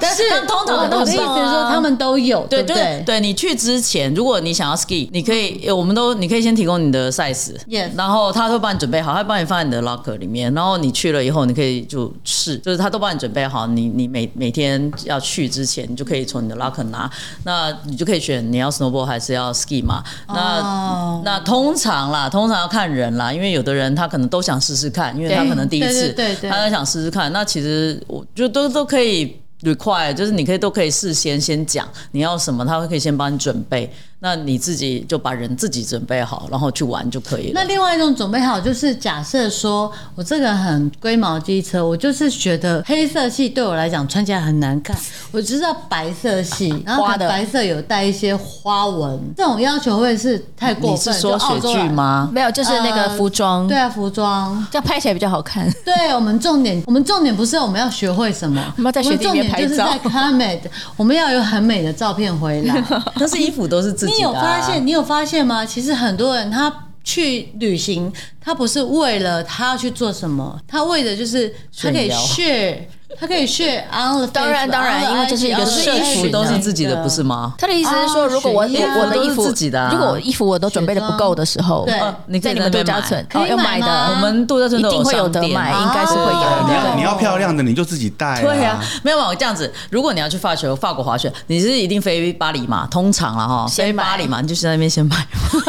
S2: 但是
S3: 但通常
S2: 我我的意思是
S3: 很棒啊
S2: 说，他们都有，
S3: 对，
S2: 不
S3: 就是
S2: 对？
S3: 对你去之前，如果你想要 ski，你可以，呃我们都你可以先提供你的 size，、
S2: Yes
S3: 然后他都帮你准备好，他帮你放在你的 locker 里面，然后你去了以后，你可以就试，就是他都帮你准备好，你你每每天要去之前，你就可以从你的 locker 拿，那你就可以选你要 snowboard 还是要 ski 嘛，那。
S2: 哦
S3: 那通常啦，通常要看人啦，因为有的人他可能都想试试看，因为他
S1: 对
S3: 可能第一次，
S2: 对对对对
S3: 他想试试看。那其实我就都都可以 require，就是你可以都可以事先先讲你要什么，他会可以先帮你准备。那你自己就把人自己准备好，然后去玩就可以
S2: 那
S3: 了。
S2: 另外一种准备好，就是假设说我这个很龟毛机车，我就是觉得黑色系对我来讲穿起来很难看，我知道白色系，然后可
S1: 花的
S2: 能白色有带一些花纹，这种要求会是太过
S3: 你是
S2: 分。
S3: 说
S2: 就澳
S3: 雪
S2: 洲
S3: 具
S2: 人？
S3: 吗？
S1: 没有，就是那个
S3: 嗯
S2: 呃
S1: 服装，
S2: 对啊，服装。
S1: 这样拍起来比较好看。
S2: 对我们重点，我们重点不是我们要学会什么，
S1: 我们要在雪地里面拍照
S2: 我们重点就是在 comment，我们要有很美的照片回来。
S3: 但是衣服都是自己
S2: 你
S3: 的、
S2: 有
S3: 啊。
S2: 发现？你有发现吗？其实很多人他去旅行，他不是为了他要去做什么，他为的就是他可以
S3: 炫耀
S2: share，他可以 share on the Facebook，啊
S1: 当然当然
S2: on the
S1: 因为这是一个
S2: IG，
S1: 社
S3: 衣服
S1: 群
S3: 都是自己的，
S2: on the
S3: 不是吗？
S1: 他的意思是说，
S2: 啊
S1: 如果我
S2: 雪衣啊
S1: 我我的衣服
S3: 都是自己的哦啊
S1: 如果我衣服我都准备的不够的时候，
S2: 对
S3: 哦你可
S1: 在
S3: 以
S1: 你们
S3: 那
S1: 度
S3: 边
S1: 假
S3: 买
S1: 村
S2: 可以
S1: 哦要
S2: 买
S1: 啊买哦
S2: 吗
S1: 的
S3: 我，们度假村
S1: 一
S3: 都
S1: 定会有
S3: 商
S1: 得
S3: 店
S1: 买，
S2: 啊
S1: 应该是会
S3: 对
S1: 有
S4: 你要
S1: 的。
S4: 你要漂亮的你就自己带、
S3: 对啊，没有嘛，我这样子，如果你要去法学法国滑雪，你是一定飞巴黎嘛？通常了哈，
S1: 先
S3: 飞
S1: 买
S3: 巴黎嘛，你就去那边先买。
S1: 啊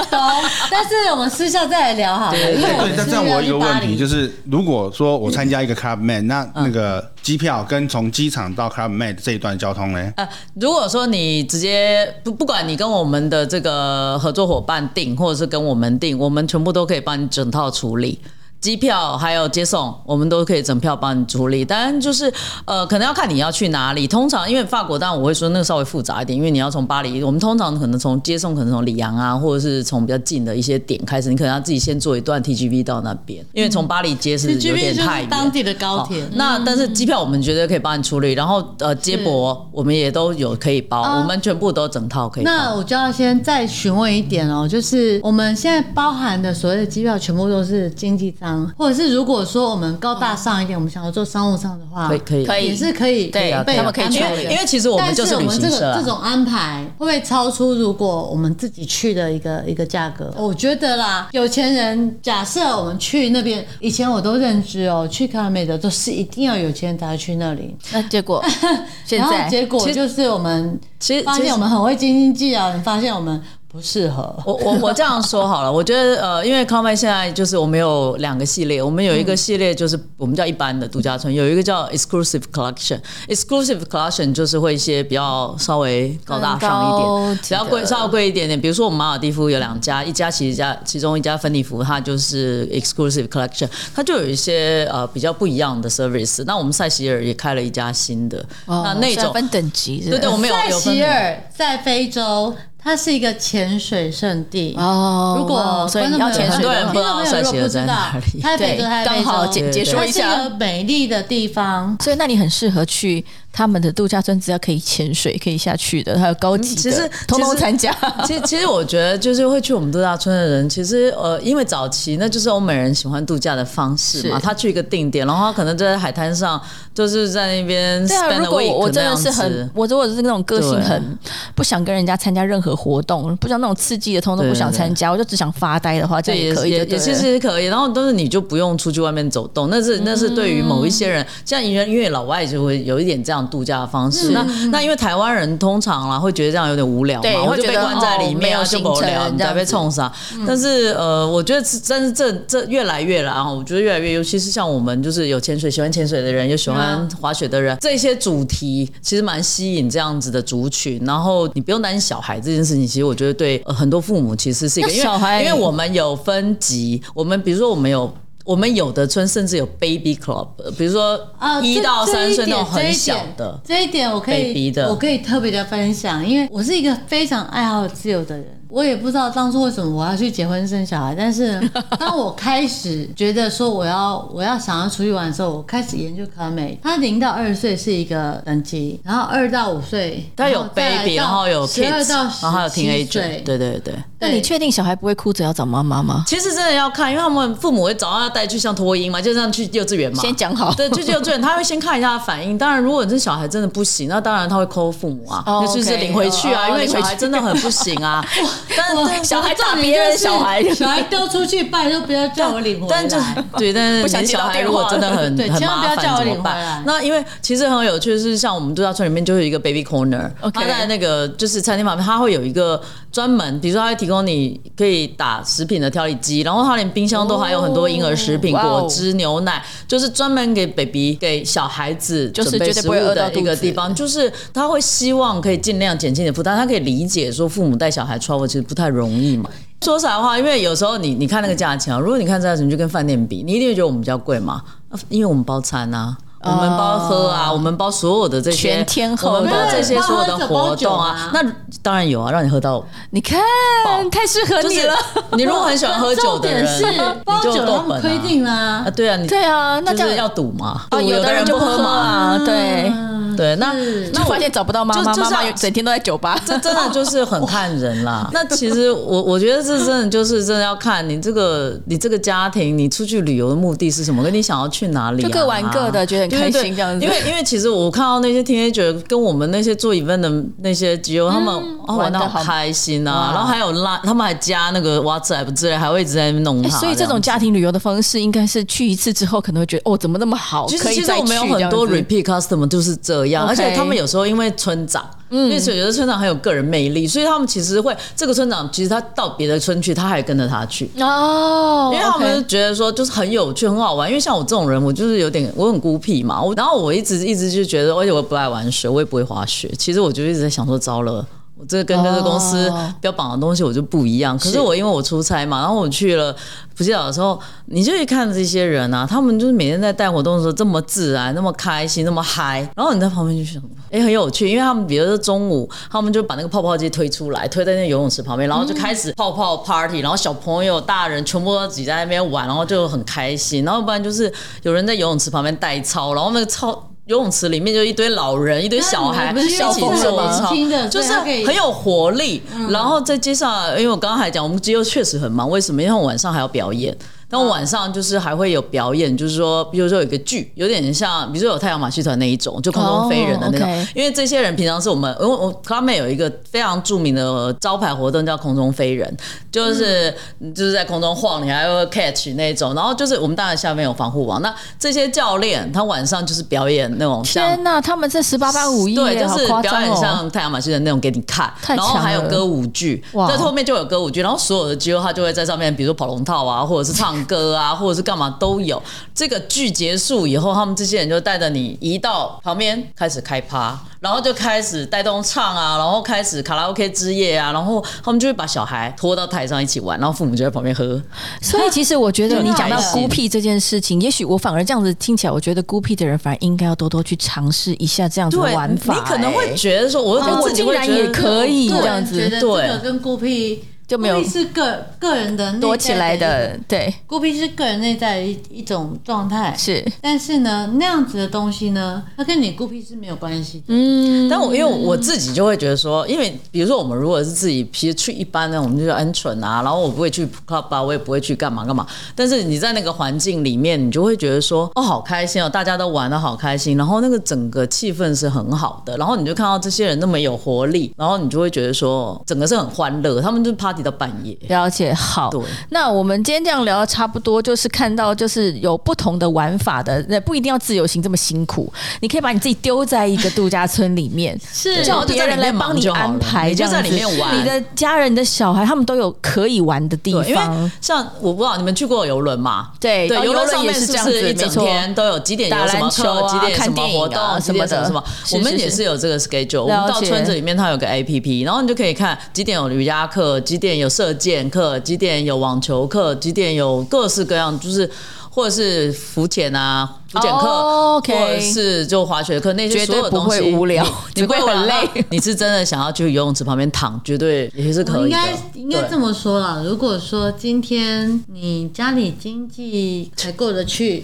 S2: 懂？但是我们私下再来聊好了，因为我
S4: 对，
S2: 们
S4: 但这样
S2: 是
S4: 我
S2: 要
S4: 有一个
S2: 去巴
S4: 问题
S2: 黎，
S4: 就是，如果说我参加一个 club man，那那个机票跟从机场到 club man 这一段交通呢？
S3: 呃，如果说你直接不不管你跟我们的这个合作伙伴订，或者是跟我们订，我们全部都可以帮你整套处理。机票还有接送，我们都可以整票帮你处理。当然就是，呃，可能要看你要去哪里。通常因为法国，当然我会说那个稍微复杂一点，因为你要从巴黎，我们通常可能从接送，可能从里昂啊，或者是从比较近的一些点开始，你可能要自己先做一段 TGV 到那边，因为从巴黎接是有
S2: TGV
S3: 点
S2: 就是
S3: 太远。
S2: 当地的高
S3: 好
S2: 铁
S3: 那但是机票我们绝对可以帮你处理，然后呃接驳我们也都有可以包，
S2: 啊
S3: 我们全部都整套可以
S2: 那
S3: 包。
S2: 我就要先再询问一点哦，就是我们现在包含的所谓的机票，全部都是经济舱，或者是如果说我们高大上一点，我们想要做商务舱的话，
S3: 可以可以
S1: 可以
S2: 也是可以
S1: 对
S2: 被
S1: 他们可以
S2: 安排
S1: 去
S2: 的
S1: 因
S3: 因为其实我们
S2: 但
S3: 就是旅
S2: 我们这
S3: 行社、
S2: 个
S3: 啊
S2: 这。种安排会不会超出如果我们自己去的一个一个价格？我觉得啦，有钱人假设我们去那边，以前我都认知哦，去卡美的都是一定要有钱人才会去那里，
S1: 那结果现
S2: 然后
S1: 在
S2: 结果就是我们
S3: 其实
S2: 发
S3: 其
S2: 现
S3: 实
S2: 我们很会斤斤计较，你发现我们不适合。
S3: 我我我这样说好了，我觉得呃，因为康麦现在就是我们有两个系列，我们有一个
S1: 嗯
S3: 系列就是我们叫一般的度假村，有一个叫 exclusive collection。exclusive collection 就是会一些比较稍微高大上一
S1: 高
S3: 点
S1: 级，的
S3: 比较贵稍微贵一点点。比如说我们马尔蒂夫有两家，一家其实家其中一家芬尼福它就是 exclusive collection，它就有一些呃比较不一样的 service。那我们塞西尔也开了一家新的，那那
S1: 哦是要
S3: 种
S1: 分等级是不是，
S3: 对对我们有
S2: 塞
S3: 有分
S2: 西
S3: 别
S2: 尔在非洲，它是一个潜水圣地。
S1: 哦
S2: 如果
S1: 哇所以
S2: 观
S1: 你
S2: 众
S1: 要
S2: 朋友
S1: 潜
S3: 很
S1: 水
S3: 多
S1: 的
S3: 人
S1: 话
S3: 不知道
S2: 听众朋友如果
S3: 塞西尔
S2: 不知
S3: 在
S2: 道
S3: 哪里。
S2: 它在非洲，
S1: 对
S2: 它在非
S1: 刚
S2: 洲
S1: 好解解说
S2: 它
S1: 一
S2: 是一
S1: 下
S2: 个美丽的地方。
S1: 所以那你很适合去他们的度假村只要可以潜水、可以下去的，还有高级的，
S3: 嗯其实
S1: 通通
S3: 其实
S1: 参加。
S3: 其实，其实我觉得就是会去我们度假村的人，其实呃，因为早期那就是欧美人喜欢度假的方式嘛。
S1: 是
S3: 他去一个定点，然后他可能就在海滩上，就是在那边
S1: 对啊，
S3: spend
S1: 如
S3: a
S1: 果我
S3: week
S1: 我
S3: 那
S1: 真
S3: 样
S1: 的
S3: 子。
S1: 是很，我如果是那种个性
S3: 对啊
S1: 很不想跟人家参加任何活动，不想那种刺激的，通通不想参加，我就只想发呆的话，这样
S3: 对，也
S1: 可以
S3: 也
S1: 就对
S3: 也
S1: 了
S3: 其实可以，然后但是你就不用出去外面走动，那是那是对于某一些
S1: 嗯
S3: 人，像因为因为老外就会有一点这样度假的方
S1: 嗯
S3: 式。那那因为台湾人通常啦会觉得这样有点无聊
S1: 对
S3: 嘛，我
S1: 会
S3: 就
S1: 觉
S3: 被
S1: 得
S3: 关在
S1: 哦
S3: 里
S1: 没
S3: 面
S1: 有
S3: 啊，就
S1: 行
S3: 无聊，
S1: 程
S3: 你
S1: 这
S3: 才
S1: 样
S3: 被
S1: 子嗯
S3: 冲杀。但是呃，我觉得是真是这这越来越啦，我觉得越来越，尤其是像我们就是有潜水喜欢潜水的人，有喜
S1: 嗯
S3: 欢滑雪的人，这些主题其实蛮吸引这样子的族群。然后你不用担心小孩这件事情，其实我觉得对呃很多父母其实是一个，
S1: 那
S3: 因为
S1: 小孩
S3: 因为我们有分级，我们比如说我们有。我们有的村甚至有 baby club，呃比如说
S1: 哦
S2: 啊，
S3: 一
S2: 这
S3: 到
S2: 这
S3: 三
S2: 一
S3: 岁那种
S2: 点这
S3: 很
S2: 一
S3: 小
S2: 点
S3: 的，
S2: 这一点我可
S3: baby
S2: 以
S3: 的
S2: 我可以特别的分享，因为我是一个非常爱好自由的人。我也不知道当初为什么我要去结婚生小孩，但 是当我开始觉得说我要我要想要出去玩的时候，我开始研究卡美。它零到二岁是一个等级，然后二到五岁，
S3: 它有
S1: 哦
S3: baby，然后有
S2: 十
S3: kids，
S2: 二到
S3: 然后还有
S2: 17
S3: teenager，
S2: 岁，
S3: 对对对。
S1: 那你确定小孩不会哭着要找妈妈吗？
S3: 其实真的要看，因为他们父母会早上要带去像托婴嘛，就像去幼稚园嘛。
S1: 先讲好
S3: 对，去幼稚园他会先看一下反应。当然，如果这小孩真的不行，那当然他会扣父母啊，
S1: 哦
S3: 那就是领回去啊，
S1: OK，哦
S3: 因为
S1: 领回
S3: 小
S1: 去
S3: 孩真的很不行 啊。但
S2: 我
S3: 但
S1: 小孩打
S2: 重点
S1: 别人
S2: 就是
S1: 小孩
S2: 小孩丢出去，拜托不要叫我领回来。
S3: 但就是 对，但是
S1: 不想
S3: 你
S1: 接到
S3: 小孩
S1: 电
S3: 如果
S1: 话
S3: 真的 很
S2: 对
S3: 很
S2: 千万不要
S3: 麻
S2: 叫
S3: 烦
S2: 我
S3: 怎么
S2: 领回来
S3: 办？那因为其实很有趣，是像我们度假村里面就会有一个 baby corner，
S1: OK
S3: 它在那个就是餐厅旁边，它会有一个专门，比如说它会提供你可以打食品的调理机，然后它连冰箱都还有很多婴儿食品、
S1: 哦哇哦
S3: 果汁、牛奶，就是专门给 baby 给小孩子
S1: 就是
S3: 准备
S1: 绝对
S3: 食
S1: 不
S3: 物
S1: 会饿到
S3: 的一个
S1: 肚子
S3: 地方。就是他会希望可以尽量减轻你的负担，他可以理解说父母带小孩 travel 其实不太容易嘛。说实在话，因为有时候你你看那个价钱啊，如果你看这价钱就跟饭店比，你一定会觉得我们比较贵嘛，啊因为我们包餐啊。我们包喝啊，我们包所有的这些
S1: 全天候
S3: 我们包这些所有的活动啊。
S2: 对
S3: 那当然有啊，让你喝到
S1: 你看，太适合
S3: 就是
S1: 你了。
S3: 你如果很喜欢喝酒的人，
S2: 重点是包
S3: 你就
S2: 酒
S3: 有
S2: 他
S3: 豆本
S2: 们规
S3: 啊。
S2: 定啦
S3: 啊，，对啊，你
S1: 对啊，那
S3: 就
S1: 这
S3: 是要
S1: 样
S3: 赌嘛，
S1: 哦，
S3: 赌
S1: 有
S3: 的
S1: 人
S3: 不
S1: 就
S3: 喝嘛。
S1: 啊，
S3: 哎
S1: 对。
S2: 嗯
S3: 对，那
S1: 就
S3: 那我
S1: 发现找不到妈妈，
S3: 就就
S1: 妈
S3: 像
S1: 妈整天都在酒吧。哎
S3: 这真的就是很看人 啦。那其实我我觉得这真的就是真的要看你这个你这个家庭，你出去旅游的目的是什么，跟你想要去哪里、啊，
S1: 就各玩各的觉得很开心
S3: 对对
S1: 这样子
S3: 因为因为其实我看到那些 teenager 跟我们那些做 event 的那些基友，他们、哦玩
S1: 嗯玩
S3: 的
S1: 得
S3: 好
S1: 好
S3: 开心啊，然后还有拉，他们还加那个 WhatsApp 之类，还会一直在那边弄
S1: 哎
S3: 他、
S1: 所以这种
S3: 家。
S1: 家庭旅游的方式，应该是去一次之后可能会觉得，哦，怎么那么好，
S3: 其
S1: 可
S3: 实
S1: 以
S3: 其实
S1: 再
S3: 我们有
S1: 去这
S3: 很
S1: 样
S3: 多
S1: 子
S3: repeat customer 就是这样，
S1: OK 嗯
S3: 而且他们有时候因为村长，因为有的村长很有个人魅力，所以他们其实会这个村长其实他到别的村去，他还跟着他去。
S1: 哦，
S3: 因为他
S1: OK
S3: 们就觉得说就是很有趣、很好玩。因为像我这种人，我就是有点我很孤僻嘛。我然后我一直一直就觉得，而且我也不爱玩水，我也不会滑雪。其实我就一直在想说，糟了。我这个跟这个公司
S1: 哦
S3: 标榜的东西我就不一样，可是
S1: 是
S3: 我因为我出差嘛，然后我去了普吉岛的时候，你就去看这些人啊，他们就是每天在带活动的时候这么自然、那么开心、那么嗨，然后你在旁边就想，哎、很有趣，因为他们比如说中午，他们就把那个泡泡机推出来，推在那游泳池旁边，然后就开始泡泡 party，然后小朋友、大人全部都挤在那边玩，然后就很开心，然后不然就是有人在游泳池旁边带操，然后那个操。游泳池里面就一堆老人，一堆小孩，
S2: 那你们
S3: 一
S2: 不
S3: 起
S2: 是小朋友
S3: 做
S2: 吗
S3: 操
S2: 年轻的
S3: 就是
S2: 对他可以
S3: 很有活力。
S1: 嗯
S3: 然后在街上，因为我刚刚还讲，我们肌肉确实很忙，为什么？因为我晚上还要表演。但我晚上就是还会有表演，就是说，比如说有一个剧，有点像，比如说有太阳马戏团那一种，就空中飞人的那种。
S1: 哦，OK
S3: 因为这些人平常是我们，因为我他们有一个非常著名的招牌活动叫空中飞人，就是、
S1: 嗯
S3: 就是在空中晃，你还会 catch 那种。然后就是我们当然下面有防护网，那这些教练他晚上就是表演那种像
S1: 天呐，他们这十八般武艺
S3: 对，
S1: 耶，
S3: 就
S1: 好
S3: 是
S1: 夸
S3: 表
S1: 张
S3: 演
S1: 哦！
S3: 像太阳马戏的那种给你看，
S1: 太
S3: 然后
S1: 强
S3: 还有
S1: 了
S3: 歌舞剧，
S1: 哇
S3: 在后面就有歌舞剧，然后所有的肌肉他就会在上面，比如说跑龙套啊，或者是唱歌啊， 或者是干嘛都有。这个剧结束以后，他们这些人就带着你移到旁边开始开趴，然后就开始带动唱啊，然后开始卡拉 OK 之夜啊，然后他们就会把小孩拖到台上一起玩，然后父母就在旁边喝。
S1: 所以其实我觉得
S3: 真
S1: 你
S3: 的
S1: 讲到
S3: 开心
S1: 孤僻这件事情，也许我反而这样子听起来，我觉得孤僻的人反而应该要多多去尝试一下这样子的
S3: 对，
S1: 玩法。
S3: 你可能
S1: 哎
S3: 会觉得说，我
S1: 哦
S3: 我自己
S1: 竟
S3: 会
S1: 然
S3: 觉得
S1: 也可以
S2: 我个人
S1: 这样子
S2: 觉得这
S3: 对
S2: 个跟孤僻。
S1: 就没有
S2: 孤僻是个个人的内在
S1: 躲起来
S2: 的
S1: 的，对，
S2: 孤僻是个人内在的一一种状态，
S1: 是，
S2: 但是呢，那样子的东西呢，它跟你孤僻是没有关系的。
S1: 嗯，
S3: 但我因为我自己就会觉得说，因为比如说我们如果是自己，其实去一般呢，我们就叫 n 蠢啊，然后我不会去 club 啊，我也不会去干嘛干嘛。但是你在那个环境里面，你就会觉得说，哦，好开心哦，大家都玩的好开心，然后那个整个气氛是很好的，然后你就看到这些人那么有活力，然后你就会觉得说，整个是很欢乐，他们就 party 到半夜。
S1: 了解，好
S3: 对。
S1: 那我们今天这样聊的差不多，就是看到就是有不同的玩法的，那不一定要自由行这么辛苦，你可以把你自己丢在一个度假村里面，
S2: 是
S1: 叫
S3: 就
S1: 别人来帮你安排，
S3: 你
S1: 这样
S3: 就在里面
S1: 子
S3: 玩
S1: 你的家人、你的小孩，他们都有可以玩的地
S3: 对，因为
S1: 方。
S3: 像我不知道你们去过游轮嘛？
S1: 对
S3: 对，
S1: 哦游
S3: 游轮
S1: 轮
S3: 上
S1: 也
S3: 面
S1: 是
S3: 是
S1: 这
S3: 不
S1: 样子
S3: 是一
S1: 没
S3: 整
S1: 错
S3: 天都有几点
S1: 打
S3: 有什么
S1: 篮球
S3: 课，
S1: 啊
S3: 几点
S1: 看
S3: 什么
S1: 电影
S3: 活
S1: 啊
S3: 动，几
S1: 什么
S3: 点什么
S1: 的
S3: 什么。
S1: 是
S3: 我们
S1: 是
S3: 也
S1: 是
S3: 是有这个 schedule，我们
S1: 了
S3: 到
S1: 解
S3: 村子里面它有个 APP，然后你就可以看几点有瑜伽课，几点有射箭课，几点有网球课，几点有各式各样，就是或者是浮潜啊。浮潜课
S1: 哦，OK
S3: 或者是就滑雪课，那
S1: 绝
S3: 些所
S1: 对
S3: 有东
S1: 不会
S3: 西
S1: 无聊
S3: 你
S1: 只
S3: 你不
S1: 会
S3: 无聊
S1: 很累
S3: 那你是真的想要去游泳池旁边躺，绝对也是可
S2: 我
S3: 以
S2: 应
S3: 的。
S1: 哦
S2: 该应该
S3: 对
S2: 这么说啦。如果说今天你家里经济还过得 去，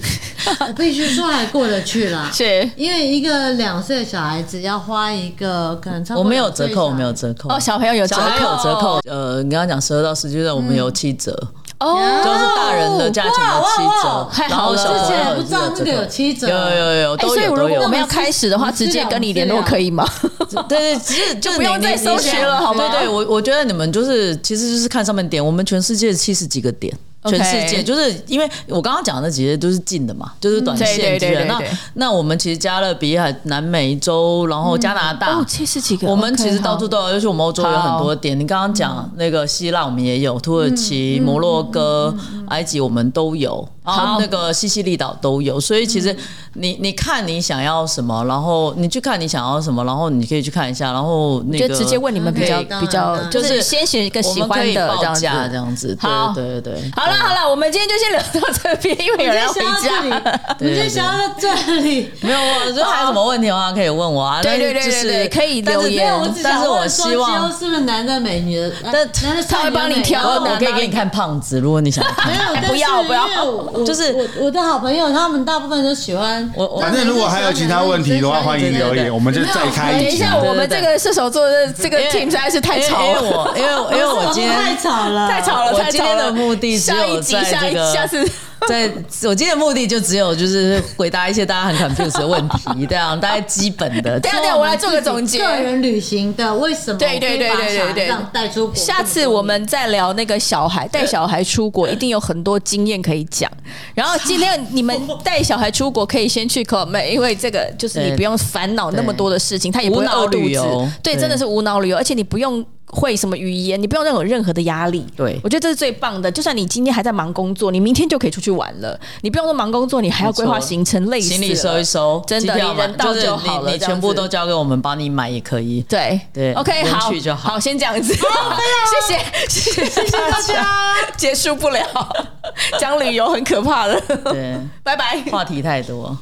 S2: 我必须说还过得去啦。
S1: 是
S2: 因为一个两岁的小孩子要花一个可能超过
S3: 我没有
S2: 两岁
S3: 折
S2: 的小
S3: 扣，我
S2: 孩
S3: 没有折扣。
S1: 哦，小嗯朋友有折
S3: 小孩
S1: 扣，
S3: 有折扣，呃，你刚刚讲十二到十七岁，我们有七折，
S1: 哦，
S3: 就是大人的价钱有七
S2: 哇哇
S3: 折
S2: 哇，
S1: 太
S3: 然
S1: 好
S3: 后
S1: 了
S3: 小
S2: 之
S3: 朋
S2: 前
S3: 友
S2: 不知道那个有七折，
S3: 有有有有
S1: 哎
S3: 都
S1: 所以
S3: 有
S1: 如
S3: 都
S1: 果我
S3: 有
S1: 们。要开始的话，
S2: 我们是
S1: 直接跟你联络可以吗？
S3: 对对，只是就
S1: 不
S3: 每
S1: 用再
S3: 年
S1: 搜寻
S3: 年
S1: 了好吗
S3: 对对，我我觉得你们就是其实就是看上面点，我们全世界七十几个点。
S1: OK 嗯
S3: 全世界就是因为我刚刚讲的那几些都是近的嘛，就是短线
S1: 对对
S3: 之
S1: 对
S3: 的。
S1: 对
S3: 那
S1: 对
S3: 那我们其实加勒比海、南美洲，然后加拿大，
S1: 哦，七十几个，
S3: 我们其
S1: OK，
S3: 实到处
S1: 好
S3: 都有，尤其我们欧洲有很多点。你刚刚讲那个希腊，我们也有；土耳其、摩洛哥、
S1: 嗯
S3: 埃及，我们都有。然后那个西西里岛都有。所以其
S1: 嗯
S3: 实你你看你想要什么，然后你去看你想要什么，然后你可以去看一下，然后那
S1: 就
S3: 个嗯
S1: 直接问你们比较
S2: 可以
S1: 比较
S2: 当，然
S1: 就是先选一个
S3: 我
S1: 喜
S3: 们可
S1: 欢
S3: 以
S1: 的这
S3: 报
S1: 样
S3: 价这
S1: 子。
S3: 样子。
S1: 好
S3: 对对对。
S1: 好了好了，我们今天就先聊到这边，因为有人要回家。
S2: 我们就想要到 这里。
S3: 没有，我如果还有什么问题的话，可以问我啊。
S1: 对对对
S3: 但是就是
S1: 对对可以
S3: 但是
S1: 留言
S2: 没有，我只
S3: 但
S2: 想
S3: 是我
S2: 问说
S3: 希望
S2: 肌肉是不是男的美女的？
S3: 但
S2: 男的
S1: 他会帮你挑
S3: 我
S1: 的
S3: 我可以给你看胖子，如果你想 看。
S2: 没有，但是
S1: 不要不要
S2: 因为我
S3: 就是
S2: 我我的好朋友，他们大部分都喜欢
S3: 我我
S4: 反正如果还有其他问题的话，欢迎留言，我们就再开
S1: 等
S4: 一
S1: 一
S4: 集。啊
S1: 下，我们这个射手座的这个
S3: 因为
S1: team 实在是太吵
S3: 因为因为
S1: 了，
S3: 我因 为因为我今
S2: 太
S3: 天
S2: 吵了，
S1: 太吵了，
S3: 哎我
S1: 太
S3: 今
S1: 吵
S3: 天
S1: 了。
S3: 的目的只
S1: 下一
S3: 有
S1: 集，下
S3: 在
S1: 一
S3: 这个
S1: 下次
S3: 在我今天的目的就只有就是回答一些大家很 confused 的问 题，这样大概基本的。
S1: 等一下等一下，我来做个总结。
S2: 个人旅行的为什么
S1: 对对对对对对
S2: 让带出国
S1: 下次我们再聊那个小孩带小孩出国，一定有很多经验可以讲。然后今天你们带小孩出国，可以先去 c o m 因为这个就是你
S3: 对
S1: 不用烦恼那么多的事情，他也不会
S3: 无脑
S1: 饿肚
S3: 旅游
S1: 子。对，
S3: 对
S1: 真的是无脑旅游，而且你不用。会什么语言？你不用任何任何的压力。
S3: 对
S1: 我觉得这是最棒的。就算你今天还在忙工作，你明天就可以出去玩了。你不用说忙工作，你还要规划
S3: 没错
S1: 行程，累死了。
S3: 行李收一收，
S1: 真的
S3: 机票
S1: 你人
S3: 买
S1: 到
S3: 是
S1: 就好了
S3: 你你
S1: 这样
S3: 全部
S1: 子
S3: 都交给我们帮你买也可以。
S1: 对
S3: 对
S1: ，OK，
S3: 人
S1: 好，
S3: 去就好啊
S1: 先这样子，谢谢，谢谢大 家，结束不了，讲旅游很可怕的，
S3: 对，
S1: 拜拜。
S3: 话题太多。